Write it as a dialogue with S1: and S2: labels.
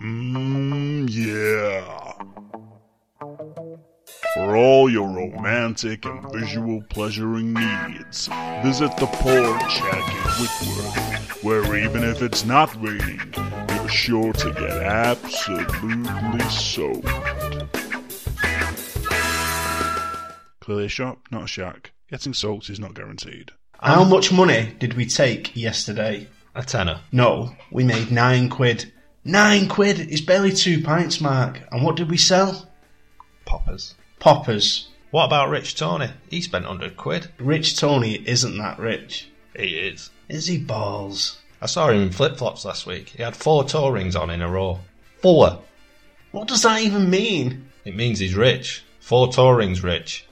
S1: Mm, your romantic and visual pleasuring needs, visit the porch at Whitworth, where even if it's not raining, you're sure to get absolutely soaked. Clearly a shop, not a shack. Getting soaked is not guaranteed.
S2: How much money did we take yesterday?
S3: A tenner.
S2: No, we made nine quid. Nine quid is barely two pints, Mark. And what did we sell?
S3: Poppers.
S2: Poppers.
S3: What about Rich Tony? He spent 100 quid.
S2: Rich Tony isn't that rich.
S3: He is.
S2: Is he balls?
S3: I saw him in flip flops last week. He had four toe rings on in a row. Four.
S2: What does that even mean?
S3: It means he's rich. Four toe rings rich.